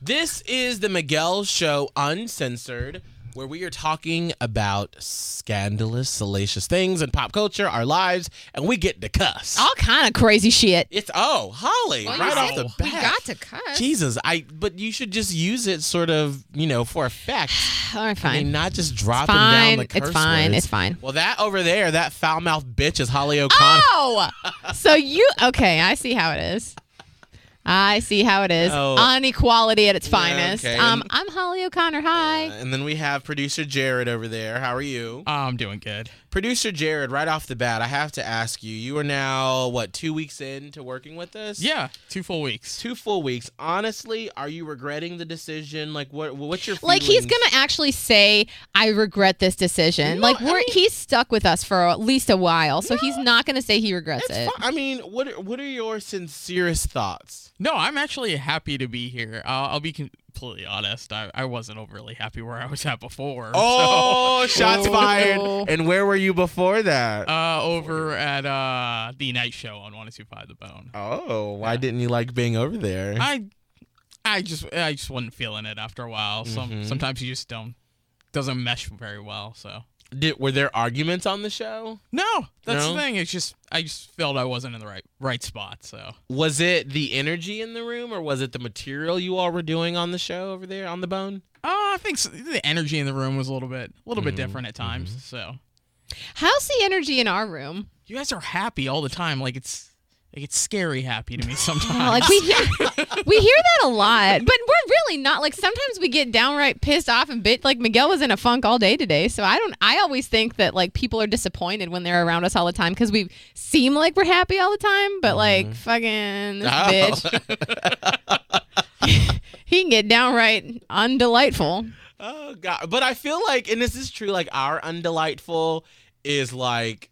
This is the Miguel Show Uncensored, where we are talking about scandalous, salacious things in pop culture, our lives, and we get to cuss. All kind of crazy shit. It's oh, Holly, Oh. Well, you right off said the we bat. got to cuss. Jesus, I but you should just use it sort of, you know, for effect. All right, fine. I mean, not just dropping down fine. the It's curse fine. words. It's fine. Well, that over there, that foul mouthed bitch is Holly O'Connor. oh, so you okay? I see how it is. I see how it is. Oh. Unequality at its finest. okay. Um, I'm Holly O'Connor. Hi. And then we have producer Jared over there. How are you? I'm doing good. Producer Jared, right off the bat, I have to ask you. You are now what two weeks into working with us? Yeah, two full weeks. two full weeks. Honestly, are you regretting the decision? Like, what? What's your like he's feelings? gonna actually say i regret this decision No, like I we're mean- he's stuck with us for at least a while so he's not gonna say he regrets It's it fine. I mean, what? are- What are your sincerest thoughts? No, I'm actually happy to be here. I'll, I'll be completely honest. I, I wasn't overly happy where I was at before. Oh, shots Oh. fired! And where were you before that? so, uh, over at uh the night show on 102.5 The Bone. oh, why didn't you like being over there? I I just I just wasn't feeling it after a while. Some Mhm. sometimes you just don't doesn't mesh very well. So Did, were there arguments on the show? no, that's No? the thing. It's just I just felt I wasn't in the right right spot. So Was it the energy in the room, or was it the material you all were doing on the show over there on the bone? uh, I think s the energy in the room was a little bit a little Mhm, bit different at times. So. how's the energy in our room you guys are happy all the time. Like it's like it's scary happy to me sometimes. Oh, like we hear, we hear that a lot but we're really not like sometimes we get downright pissed off and bit like miguel was in a funk all day today so i don't i always think that like people are disappointed when they're around us all the time because we seem like we're happy all the time but like Mm-hmm. fucking this bitch Oh. he can get downright undelightful Oh god! But I feel like, and this is true. Like our undelightful is like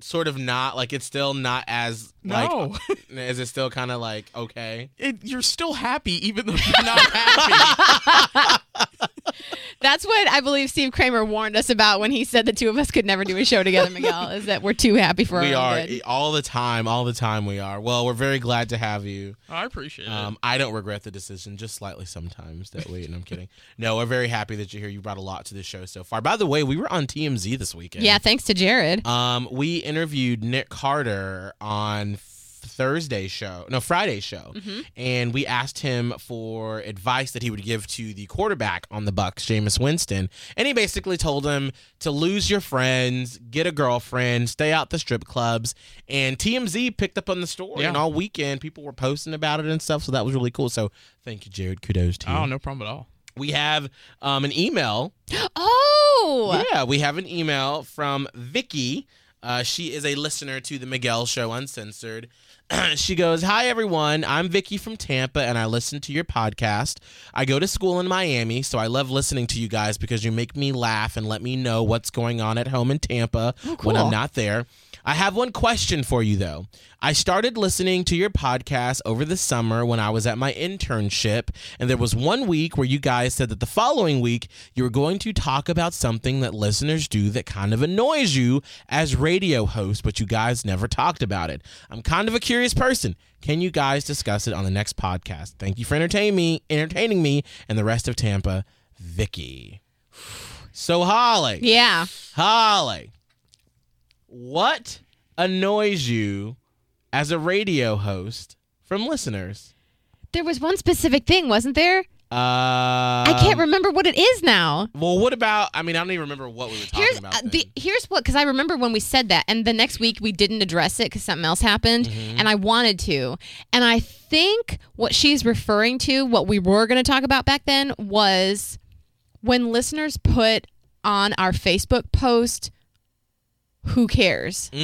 sort of not like it's still not as no, like is it still kind of like okay? it, you're still happy even though you're not happy. That's what I believe Steve Kramer warned us about when he said the two of us could never do a show together, Miguel, is that we're too happy for we our are eh, own good. all the time, all the time. We are. Well, we're very glad to have you. I appreciate Um, I don't regret the decision, just slightly sometimes. That way, and I'm kidding. No, we're very happy that you're here. You brought a lot to the show so far. By the way, we were on TMZ this weekend. Yeah, thanks to Jared. Um, we interviewed Nick Carter on Thursday show, no Friday show, and we asked him for advice that he would give to the quarterback on the Bucks, Jameis Winston, and he basically told him to lose your friends, get a girlfriend, stay out the strip clubs, and TMZ picked up on the story, Yeah. and all weekend people were posting about it and stuff, so that was really cool. So thank you, Jared. Kudos to you. Oh, no problem at all. We have um, an email Oh! yeah, we have an email from Vicky. Uh, she is a listener to the Miguel Show Uncensored. she goes, "Hi everyone, I'm Vicky from Tampa, and I listen to your podcast. I go to school in Miami, so I love listening to you guys because you make me laugh and let me know what's going on at home in Tampa when I'm cool. not there." I have one question for you though. I started listening to your podcast over the summer when I was at my internship, and there was one week where you guys said that the following week you were going to talk about something that listeners do that kind of annoys you as radio hosts, but you guys never talked about it. I'm kind of a curious person. Can you guys discuss it on the next podcast? Thank you for entertaining me, entertaining me and the rest of Tampa, Vicky. So Holly. Yeah. Holly, what annoys you as a radio host from listeners? There was one specific thing, wasn't there? Uh, I can't Um, remember what it is now. Well, what about? I mean, I don't even remember what we were talking Here's about. uh, then. the, here's what because I remember when we said that, and the next week we didn't address it because something else happened, Mm-hmm. and I wanted to, and I think what she's referring to, what we were going to talk about back then, was when listeners put on our Facebook post, "Who cares?" Mm.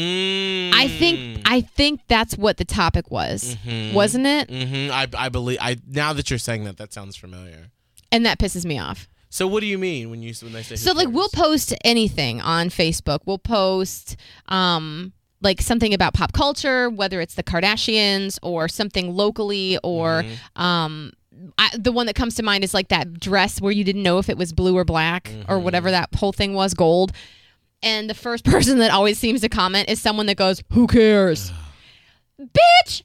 Mm-hmm. I think I think that's what the topic was, wasn't it? hmm I, I believe. I now that you're saying that, that sounds familiar. And that pisses me off. So, what do you mean when you when they say? So who like cares? we'll post anything on Facebook. We'll post um like something about pop culture, whether it's the Kardashians or something locally or um I, the one that comes to mind is like that dress where you didn't know if it was blue or black or whatever that whole thing was, gold. And the first person that always seems to comment is someone that goes, "Who cares?" Bitch.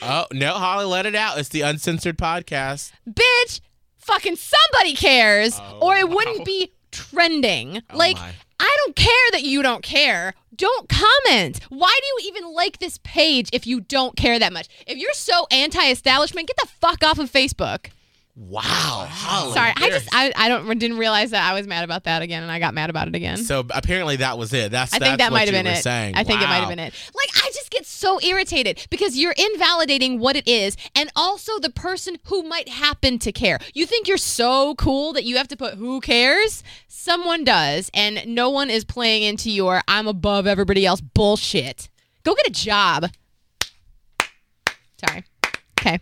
Oh no, Holly, let it out. It's the uncensored podcast. Bitch, fucking somebody cares, Oh, or it wow. wouldn't be trending. like, my. I don't care that you don't care. Don't comment. Why do you even like this page if you don't care that much? If you're so anti-establishment, get the fuck off of Facebook. Wow, Holly. Sorry, I there- just I, I don't didn't realize that I was mad about that again, and I got mad about it again. So apparently that was it. That's I think that's that what might have you been were it. Saying. I think it might have Wow. been it. Like I just get so irritated because you're invalidating what it is and also the person who might happen to care. You think you're so cool that you have to put who cares? Someone does and no one is playing into your I'm above everybody else bullshit. Go get a job. Sorry. Okay.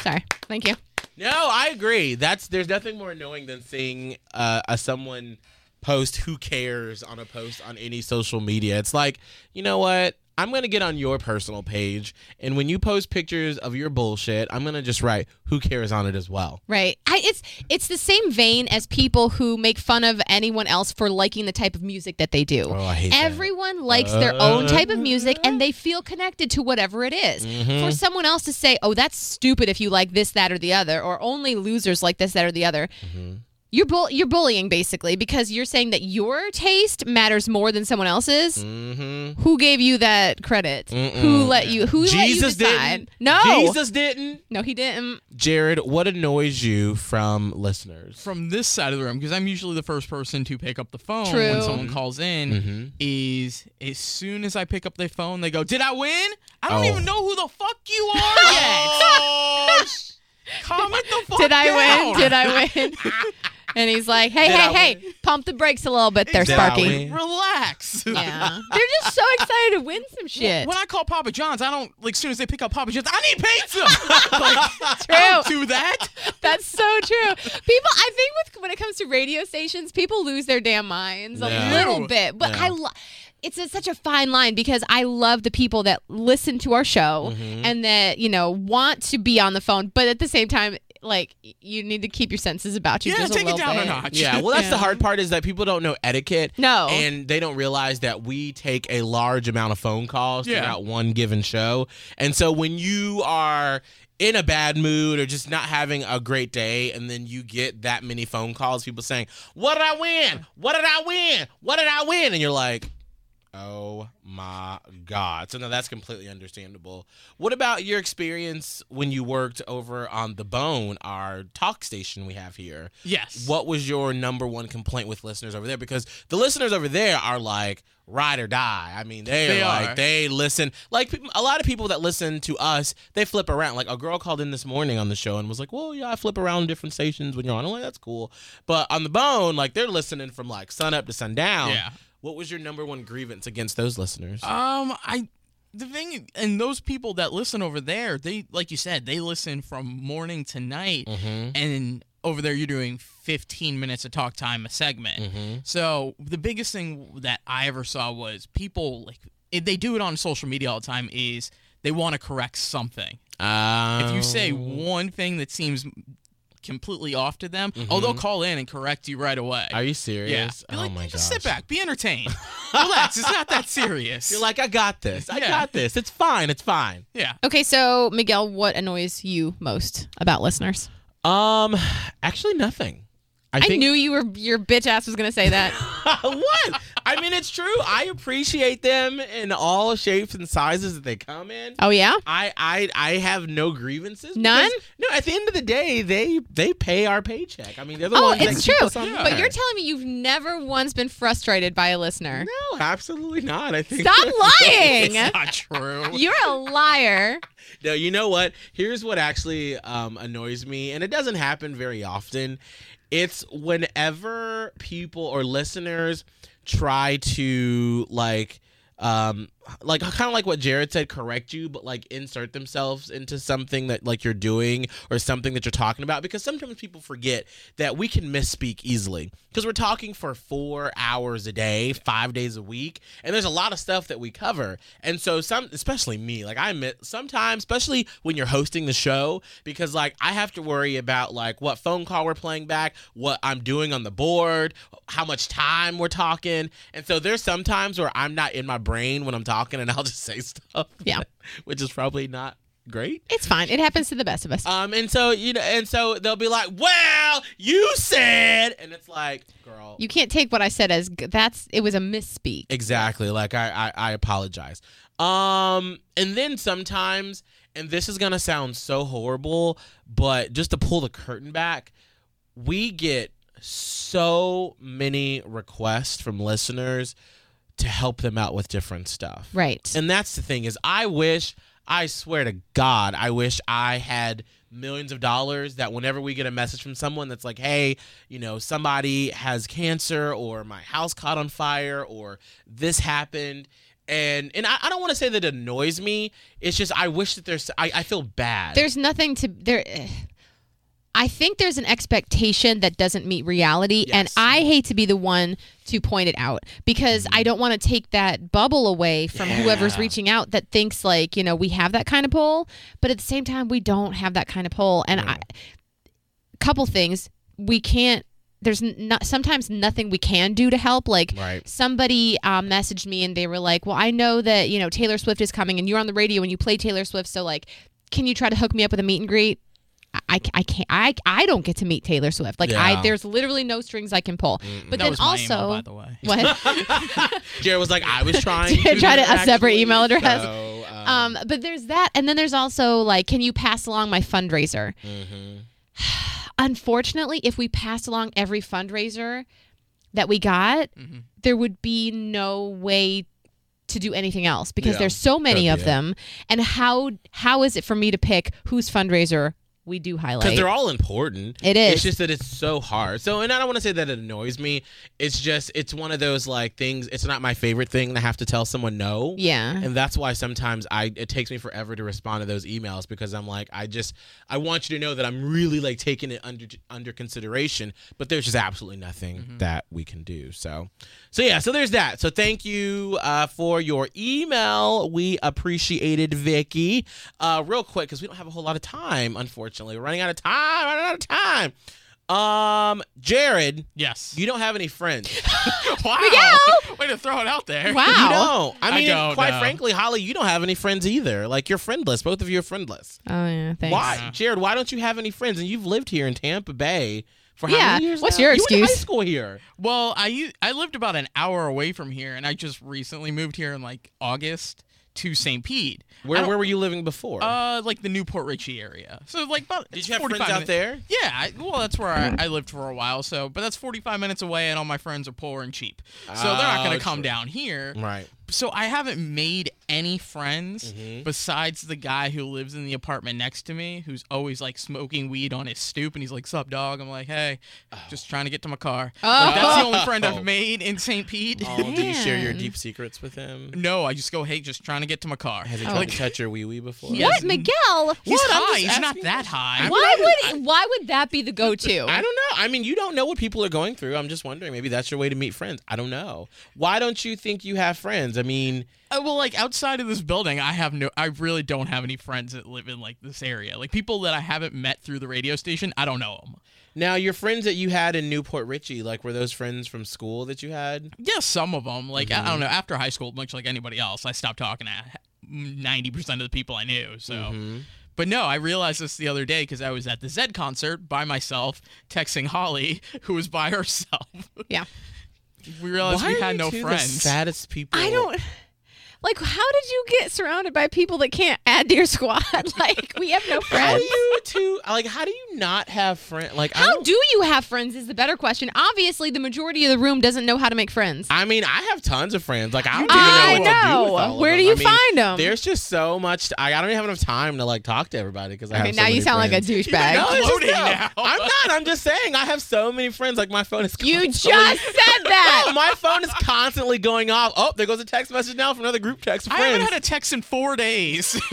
Sorry. Thank you. No, I agree. That's there's nothing more annoying than seeing uh, a someone post who cares on a post on any social media. It's like, you know what? I'm gonna get on your personal page, and when you post pictures of your bullshit, I'm gonna just write who cares on it as well. Right. I, it's it's the same vein as people who make fun of anyone else for liking the type of music that they do. Oh, I hate that. Everyone likes their Uh, own type of music and they feel connected to whatever it is. Mm-hmm. For someone else to say, "Oh, that's stupid if you like this that or the other," or only losers like this that or the other. Mm-hmm. You're bull- you're bullying basically because you're saying that your taste matters more than someone else's. Mm-hmm. Who gave you that credit? Who let you who Jesus let you decide? didn't. No. Jesus didn't. No, he didn't. Jared, what annoys you from listeners? from this side of the room because I'm usually the first person to pick up the phone True. when someone calls in. Mm-hmm. Is as soon as I pick up the phone, they go, "Did I win? I don't Oh. even know who the fuck you are yet." Oh, sh- Comment the fuck. Did I down. win? Did I win? and he's like, hey, Did hey, I hey, pump the brakes a little bit there, Did I Sparky. win? Relax. Yeah. They're just so excited to win some shit. When I call Papa John's, I don't like. As soon as they pick up Papa John's, I need pizza. like, True. do that. That's so true. People, I think with when it comes to radio stations, people lose their damn minds Yeah. a little bit. But Yeah. I lo- it's a, such a fine line because I love the people that listen to our show Mm-hmm. and that, you know, want to be on the phone, but at the same time, like y- you need to keep your senses about you Yeah, just take a it little down bit. a notch. Yeah, well, that's the Yeah. hard part is that people don't know etiquette. No. And they don't realize that we take a large amount of phone calls Yeah. throughout one given show. And so when you are in a bad mood or just not having a great day, and then you get that many phone calls, people saying, What did I win? What did I win? What did I win? And you're like, Oh my God. So, no, that's completely understandable. What about your experience when you worked over on The Bone, our talk station we have here? Yes. what was your number one complaint with listeners over there? Because the listeners over there are like ride or die. I mean, they, They are like are. they listen. Like peop- a lot of people that listen to us, they flip around. Like a girl called in this morning on the show and was like, "Well, yeah, I flip around different stations when you're on." I'm like, "That's cool," but on the bone, like they're listening from like sun up to sundown. Yeah. What was your number one grievance against those listeners? Um, I the thing and those people that listen over there, they like you said, they listen from morning to night, mm-hmm. and over there you're doing 15 minutes of talk time a segment. Mm-hmm. So the biggest thing that I ever saw was people like if they do it on social media all the time is they want to correct something. Mm-hmm. If you say Um, one thing that seems completely off to them, oh, they'll call in and correct you right away. Mm-hmm. "Are you yeah, serious?" Be Oh like, my just gosh. sit back, be entertained, relax. It's not that serious. You're like, "I got this. I Yeah. got this. It's fine. It's fine." yeah. Okay, so Miguel, what annoys you most about listeners? Um, actually, nothing. I, I think knew you were your bitch ass was gonna say that. what? I mean, it's true. I appreciate them in all shapes and sizes that they come in. oh yeah, I I I have no grievances. because- None? No. At the end of the day, they they pay our paycheck. I mean, they're the oh ones. that it's keep true. us on But air. you're telling me you've never once been frustrated by a listener. no, absolutely not. I think Stop lying. It's not true. You're a liar. No, you know what? Here's what actually um, annoys me, and it doesn't happen very often. It's whenever people or listeners try to like, um, like kind of like what Jared said, correct you, but like insert themselves into something that like you're doing or something that you're talking about, because sometimes people forget that we can misspeak easily because we're talking for four hours a day, five days a week, and there's a lot of stuff that we cover. And so some, especially me, like I admit sometimes, especially when you're hosting the show, because like I have to worry about like what phone call we're playing back, what I'm doing on the board, how much time we're talking. And so there's some times where I'm not in my brain when I'm talking and I'll just say stuff. Yeah. Which is probably not great. It's fine. It happens to the best of us. Um, and so you know, and so they'll be like, "Well, you said," and it's like, "Girl, you can't take what I said as g- that's it was a misspeak. exactly." Like I, I, I apologize. Um, and then sometimes, and this is gonna sound so horrible, but just to pull the curtain back, we get so many requests from listeners to help them out with different stuff. Right. And that's the thing is I wish I swear to God, I wish I had millions of dollars that whenever we get a message from someone that's like, hey, you know, somebody has cancer or my house caught on fire or this happened. And and I, I don't want to say that it annoys me. It's just I wish that there's I, I feel bad. There's nothing to there. I think there's an expectation that doesn't meet reality, and Yes. I hate to be the one to point it out because I don't want to take that bubble away from whoever's Mm-hmm. Yeah. reaching out that thinks like you know we have that kind of poll, but at the same time we don't have that kind of poll. And I, couple things we can't. There's n- not sometimes nothing we can do to help. Like Right. somebody uh, messaged me and they were like, "Well, I know that you know Taylor Swift is coming, and you're on the radio and you play Taylor Swift, so like, can you try to hook me up with a meet and greet?" I, I can't I, I don't get to meet Taylor Swift like Yeah. I there's literally no strings I can pull but that then was my also email, by the way. what Jared was like, I was trying to Try to- a separate actually, email address. so, um, um but there's that and then there's also like can you pass along my fundraiser mhm. unfortunately if we passed along every fundraiser that we got Mhm. there would be no way to do anything else because Yeah. there's so many Could of be it. them and how how is it for me to pick whose fundraiser we do because highlight they're all important. It is. It's just that it's so hard. So, and I don't want to say that it annoys me. It's just it's one of those like things. It's not my favorite thing to have to tell someone no. yeah And that's why sometimes I it takes me forever to respond to those emails because I'm like I just I want you to know that I'm really like taking it under under consideration, but there's just absolutely nothing that we can do. So, so yeah, so there's that. So thank you uh, for your email. We appreciated Vicky. Uh, real quick because we don't have a whole lot of time. Unfortunately, we're running out of time. Running out of time. Um, Jared, Yes. you don't have any friends. wow. Way to throw it out there. Wow. You don't. I I mean, don't quite know. frankly, Holly, you don't have any friends either. Like you're friendless. Both of you are friendless. oh yeah thanks Why, Jared? Why don't you have any friends? And you've lived here in Tampa Bay for how Yeah. many years? What's now? your You went to high excuse? school here. Well, I u- I lived about an hour away from here, and I just recently moved here in like August to St. Pete. I Where don't- Where were you living before? Uh, like the Newport Richie area. So like about Did it's you have 45 friends out minutes- there? Yeah, I, well, that's where Mm-hmm. I, I lived for a while. So, but that's 45 minutes away, and all my friends are poor and cheap, so they're not Oh, going to come true. Mm-hmm. down here. Right. So I haven't made any friends Mhm. besides the guy who lives in the apartment next to me, who's always like smoking weed on his stoop, and he's like, "Sup, dog?" I'm like, "Hey, just trying to get to my car." Like, that's the only friend Oh. I've made in St. Pete. Oh, do you share your Man. deep secrets with him? no, I just go, "Hey, just trying to get to my car." Has he Oh. tried to touch your wee wee before? Yeah. what Miguel He's What? I'm high. just He's not asking that high. Why would why would that be the go-to? I don't know. I mean, you don't know what people are going through. I'm just wondering. Maybe that's your way to meet friends. I don't know. Why don't you think you have friends? I mean, Uh, well, like outside of this building, I have no, I really don't have any friends that live in like this area. Like people that I haven't met through the radio station, I don't know them. Now, your friends that you had in Newport Richie, like were those friends from school that you had? Yeah, some of them. Like Mm-hmm. I, I don't know. After high school, much like anybody else, I stopped talking to ninety percent of the people I knew. So, Mm-hmm. Mhm. but no, I realized this the other day because I was at the Zed concert by myself, texting Holly, who was by herself. Yeah. we realized we are had Oh, you no two the friends. saddest people. I don't like how did you get surrounded by people that can't add to your squad? Like we have no How friends. do you two like? How do you not have friends? Like, I How don't- do you have friends is the better question. Obviously, the majority of the room doesn't know how to make friends. I mean, I have tons of friends. Like, I don't I even know. What to do with know. all of Where them. do you I mean, find 'em? There's just so much. To, I, I don't even have enough time to like talk to everybody because I, I have mean, so now you many sound like a friends. douchebag. No, it's just- Floating no. now. I'm not. I'm just saying. I have so many friends. Like my phone is. you just constantly- said that. No, my phone is constantly going off. Oh, there goes a text message now from another group text. Of I friends. haven't had a text in four days.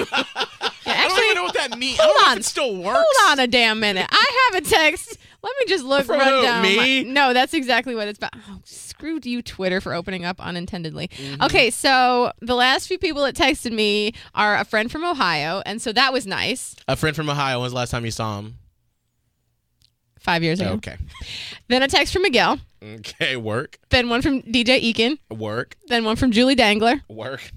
Yeah, I don't actually, even know what that means. I don't hold know on. if it still works. hold on a damn minute. I have a text. Let me just look From run who, down. my- me? no, that's exactly what it's about. Oh, screwed you, Twitter, for opening up unintendedly. Mm-hmm. Okay, so the last few people that texted me are a friend from Ohio, and so that was nice. A friend from Ohio. When's the last time you saw him? Five years ago. Okay. Then a text from Miguel. Okay. Work. Then one from DJ Eakin. Work. Then one from Julie Dangler. Work.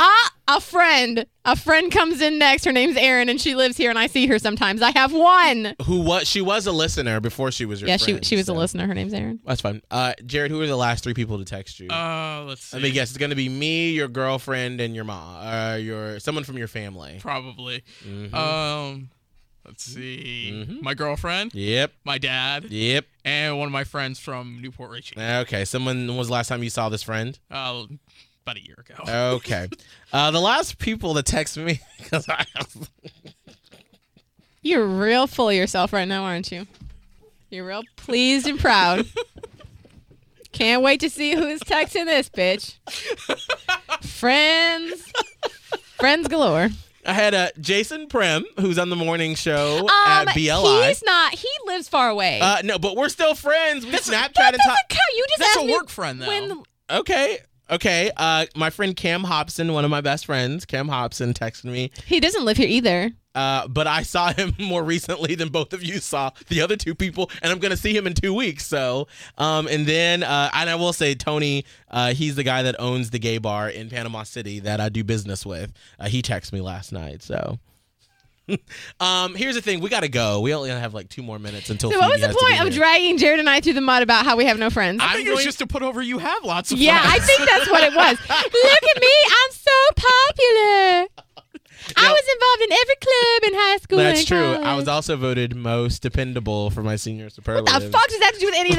ah, a friend. A friend comes in next. Her name's Erin, and she lives here, and I see her sometimes. I have one. Who was she was a listener before she was your Yeah, friend, she she was so. a listener. Her name's Erin. That's fine. Uh, Jared, who are the last three people to text you? Uh, let's see. Let me guess. It's gonna be me, your girlfriend, and your mom, uh, your someone from your family. Probably. Mhm. Um, let's see. Mhm. My girlfriend, Yep. my dad, Yep. and one of my friends from Newport Richie. Okay. Someone when was the last time you saw this friend? Uh, about a year ago. Okay. uh, the last people to text me because I You're real full of yourself right now, aren't you? You're real pleased and proud. Can't wait to see who's texting this bitch. Friends, friends galore. I had uh, Jason Prem who's on the morning show Um, at BLI. he's not. He lives far away. Uh, no, but we're still friends. We Snapchat that and doesn't talk. count. You just That's asked a me work friend, though. when. Okay. Okay. Uh, my friend Cam Hobson, one of my best friends, Cam Hobson, texted me. He doesn't live here either. Uh, but I saw him more recently than both of you saw the other two people, and I'm gonna see him in two weeks. So, um, and then, uh, and I will say, Tony, uh, he's the guy that owns the gay bar in Panama City that I do business with. Uh, he texted me last night. So, um, here's the thing: we gotta go. We only have like two more minutes until. So what Phoebe was the has to be point of here. dragging Jared and I through the mud about how we have no friends? I I'm think it was going- just to put over you have lots of yeah, I friends. think that's what it was. Look at me, I'm so popular. I Yep. was involved in every club in high school. That's and true. I college. was also voted most dependable for my senior superlative. What the fuck does that have to do with any of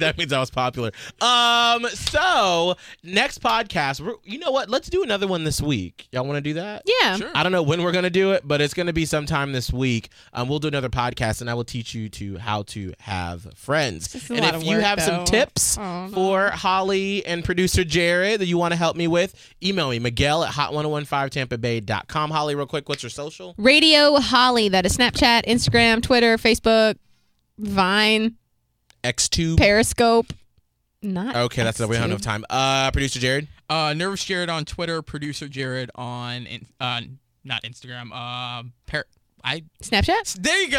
that means I was popular. Um, so next podcast, we're, you know what? Let's do another one this week. Y'all want to do that? yeah. Sure. I don't know when we're gonna do it, but it's gonna be sometime this week. Um, we'll do another podcast, and I will teach you to how to have friends. This is a And lot if of you work, have some though. tips Oh, no. for Holly and producer Jared that you want to help me with, email me Miguel at hot 1015tampabay.com. Holly, real quick, what's your social? Radio Holly. That is Snapchat, Instagram, Twitter, Facebook, Vine, X2. Periscope. Not Okay, that's it. We don't have enough Xtube. time. Uh, producer Jared. Uh, Nervous Jared on Twitter, producer Jared on in, uh, not Instagram. Um, par- I Snapchat. there you go.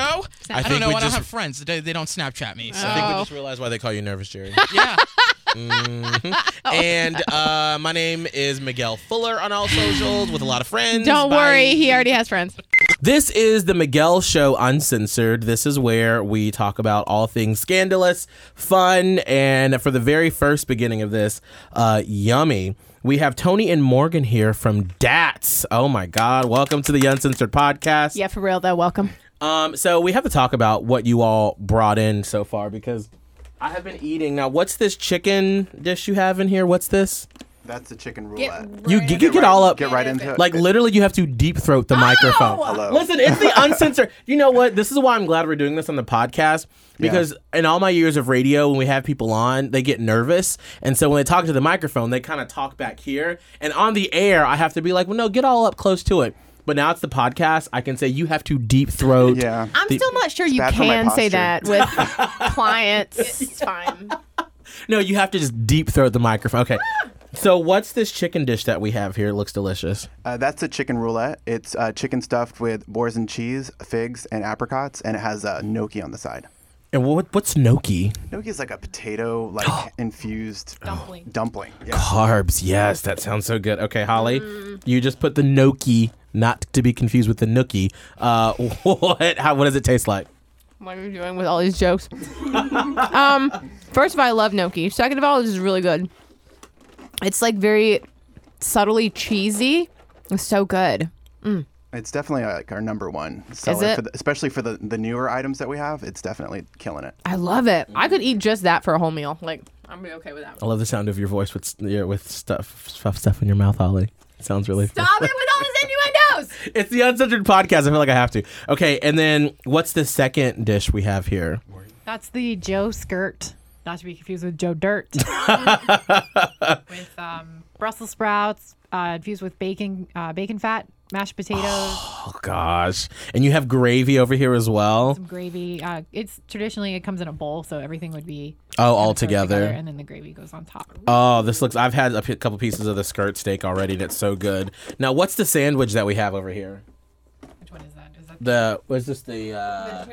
I I, think don't know. we I don't just- have friends. They, they don't Snapchat me. So I think we Oh. just realized why they call you Nervous Jared. yeah. Mhm. And uh, my name is Miguel Fuller on all socials with a lot of friends. Don't Bye. worry, he already has friends. This is the Miguel Show Uncensored. This is where we talk about all things scandalous, fun, and for the very first beginning of this, uh, yummy. We have Tony and Morgan here from DATS. Oh my God. Welcome to the Uncensored Podcast. Yeah, for real though. Welcome. Um, so we have to talk about what you all brought in so far because I have been eating. Now, what's this chicken dish you have in here? What's this? That's the chicken roulette. You you get, all up. Get right into Uh, it. Oh! Like literally, you have to deep throat the microphone. Hello. Listen, it's the uncensored. You know what? This is why I'm glad we're doing this on the podcast because in all my years of radio, when we have people on, they get nervous, and so when they talk to the microphone, they kind of talk back here, and on the air, I have to be like, well, no, get all up close to it. But now it's the podcast. I can say you have to deep throat. yeah. I'm The- still not sure you bad for my can say posture. that with clients. It's fine. No, you have to just deep throat the microphone. Okay. so what's this chicken dish that we have here? It looks delicious. Uh, that's the chicken roulette. It's uh, chicken stuffed with boars and cheese, figs, and apricots, and it has uh, gnocchi on the side. And what what's gnocchi? Gnocchi is like a potato, like infused dumpling. Dumpling. Yeah. Carbs. Yes, that sounds so good. Okay, Holly, you just put the gnocchi, not to be confused with the nookie. Uh, what? How? What does it taste like? What are you doing with all these jokes? um, first of all, I love gnocchi. Second of all, this is really good. It's like very subtly cheesy. It's so good. It's definitely uh, like our number one seller, it? For the, especially for the, the newer items that we have. It's definitely killing it. I love it. I could eat just that for a whole meal. Like, I'm be okay with that. I love the sound of your voice with s- yeah, with stuff stuff stuff in your mouth, Holly. It sounds really. fun. Stop it with all these innuendos. It's the uncensored podcast. I feel like I have to. Okay, and then what's the second dish we have here? That's the Joe skirt, not to be confused with Joe Dirt. with um, Brussels sprouts uh, infused with bacon, uh, bacon fat, mashed potatoes, Oh gosh, and you have gravy over here as well. some gravy. Uh, it's traditionally it comes in a bowl, so everything would be Oh, all thrown together. and then the gravy goes on top. Oh, this looks. I've had a p- couple pieces of the skirt steak already, and it's so good. Now, what's the sandwich that we have over here? Which one is that? Is that The what's this? The uh,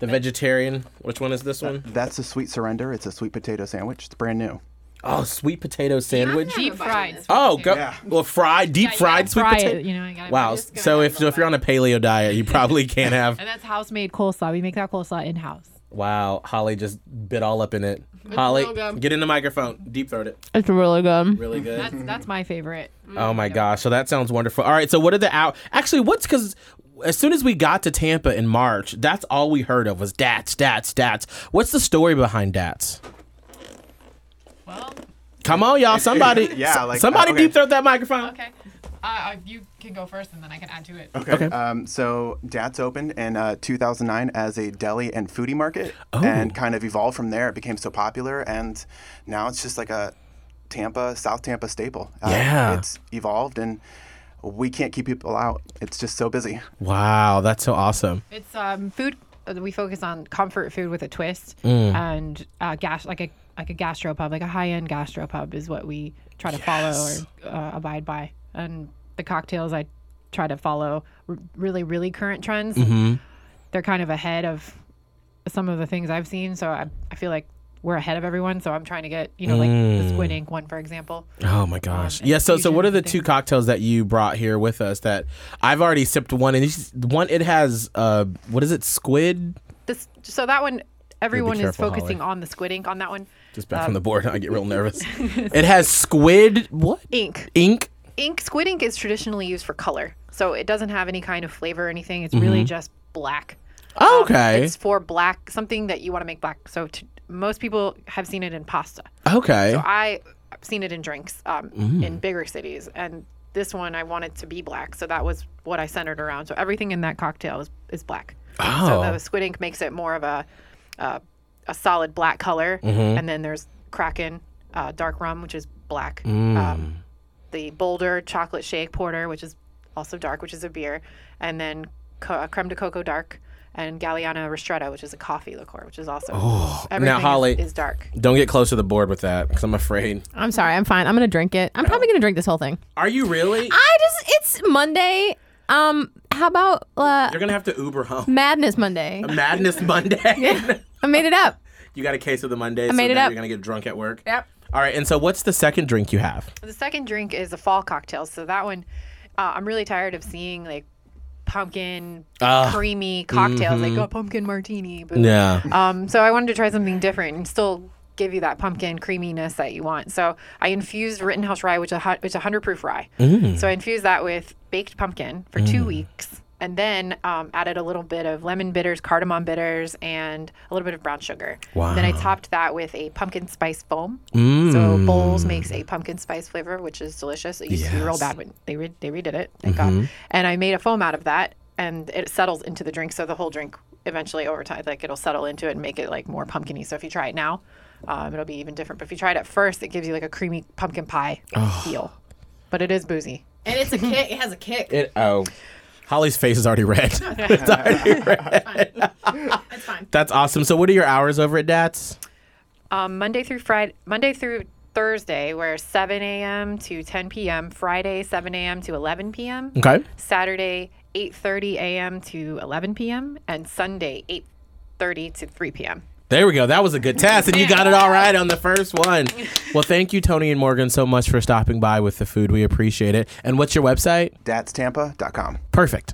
the vegetarian. Which one is this one? That's a sweet surrender. It's a sweet potato sandwich. It's brand new. Oh, sweet potato sandwich. Deep fried. Oh, go well fried, deep fried sweet Fry potato. it, you know, I got Wow. So if so if you're on a paleo diet, you probably can't have. And that's house made coleslaw. We make that coleslaw in house. Wow, Holly just bit all up in it. Holly, real good. get in the microphone. Deep throat it. It's really good. Really good. That's that's my favorite. Oh my gosh! So that sounds wonderful. All right. So what are the out? Actually, what's because as soon as we got to Tampa in March, that's all we heard of was Dats, Dats, Dats. What's the story behind Dats? Well, Come on, y'all! Somebody, yeah, so- like, somebody uh, okay. deep throat that microphone. okay. Uh, you can go first, and then I can add to it. Okay. Um, so Dad's opened in uh, 2009 as a deli and foodie market, and kind of evolved from there. It became so popular, and now it's just like a Tampa, South Tampa staple. Uh, Yeah. it's evolved, and we can't keep people out. It's just so busy. Wow, that's so awesome. It's um, food. uh, We focus on comfort food with a twist, Mm. and uh, gas like a like a gastropub, like a high end gastropub, is what we try to follow or uh, abide by. And the cocktails I try to follow r- really really current trends. Mm-hmm. They're kind of ahead of some of the things I've seen, so I, I feel like we're ahead of everyone. So I'm trying to get you know like the Mm. squid ink one for example. Oh my gosh! yeah. So, so what are the two cocktails that you brought here with us that I've already sipped one and it's- one it has uh what is it squid? This so that one everyone is careful, Holly. focusing on the squid ink on that one. Just back Uh, from the board, I get real nervous. it has squid what Ink. ink? ink squid ink is traditionally used for color so it doesn't have any kind of flavor or anything it's really just black Oh, okay. Um, it's for black something that you want to make black so t most people have seen it in pasta Okay. Mm. i have seen it in drinks um, in bigger cities and this one i wanted to be black so that was what i centered around so everything in that cocktail is, is black Oh. so the squid ink makes it more of a uh, a solid black color Mm-hmm. and then there's kraken uh, dark rum which is black Mm. um, the Boulder Chocolate Shake Porter, which is also dark, which is a beer, and then co- uh, Creme de Coco Dark and Galliano Ristretto, which is a coffee liqueur, which is also everything Oh. Now, Holly- is, is dark. Don't get close to the board with that because I'm afraid. I'm sorry. I'm fine. I'm gonna drink it. I'm probably gonna drink this whole thing. Are you really? I just. It's Monday. Um. How about uh, You're gonna have to Uber home. Madness Monday? Madness Monday. I made it up. you got a case of the Mondays. I made it now up. You're gonna get drunk at work. Yep. All right. And so, what's the second drink you have? The second drink is a fall cocktail, so that one uh, I'm really tired of seeing like pumpkin creamy cocktails like a pumpkin martini. But, Yeah. Um, so I wanted to try something different and still give you that pumpkin creaminess that you want. So I infused Rittenhouse rye, which is a hu- which is a hundred proof rye. So I infused that with baked pumpkin for two weeks, and then um, added a little bit of lemon bitters, cardamom bitters, and a little bit of brown sugar. Then I topped that with a pumpkin spice foam. So Bowls makes a pumpkin spice flavor, which is delicious. It used to be real bad when they re- they redid it. Thank God. And I made a foam out of that, and it settles into the drink. So the whole drink eventually over time, like it'll settle into it and make it like more pumpkiny. So if you try it now, um, it'll be even different. But if you try it at first, it gives you like a creamy pumpkin pie feel. But it is boozy. And it's a kick. It has a kick. It. Oh. Holly's face is already red. it's already red. It's fine. That's awesome. So, what are your hours over at Dats? Um, Monday through Friday, Monday through Thursday, we're 7 a.m. to 10 p.m. Friday, 7 a.m. to 11 p.m. Okay. Saturday, 8:30 a.m. to 11 p.m. and Sunday, 8:30 to 3 p.m. There we go. That was a good test, and you got it all right on the first one. Well, thank you, Tony and Morgan, so much for stopping by with the food. We appreciate it. And what's your website? DatsTampa.com. Perfect.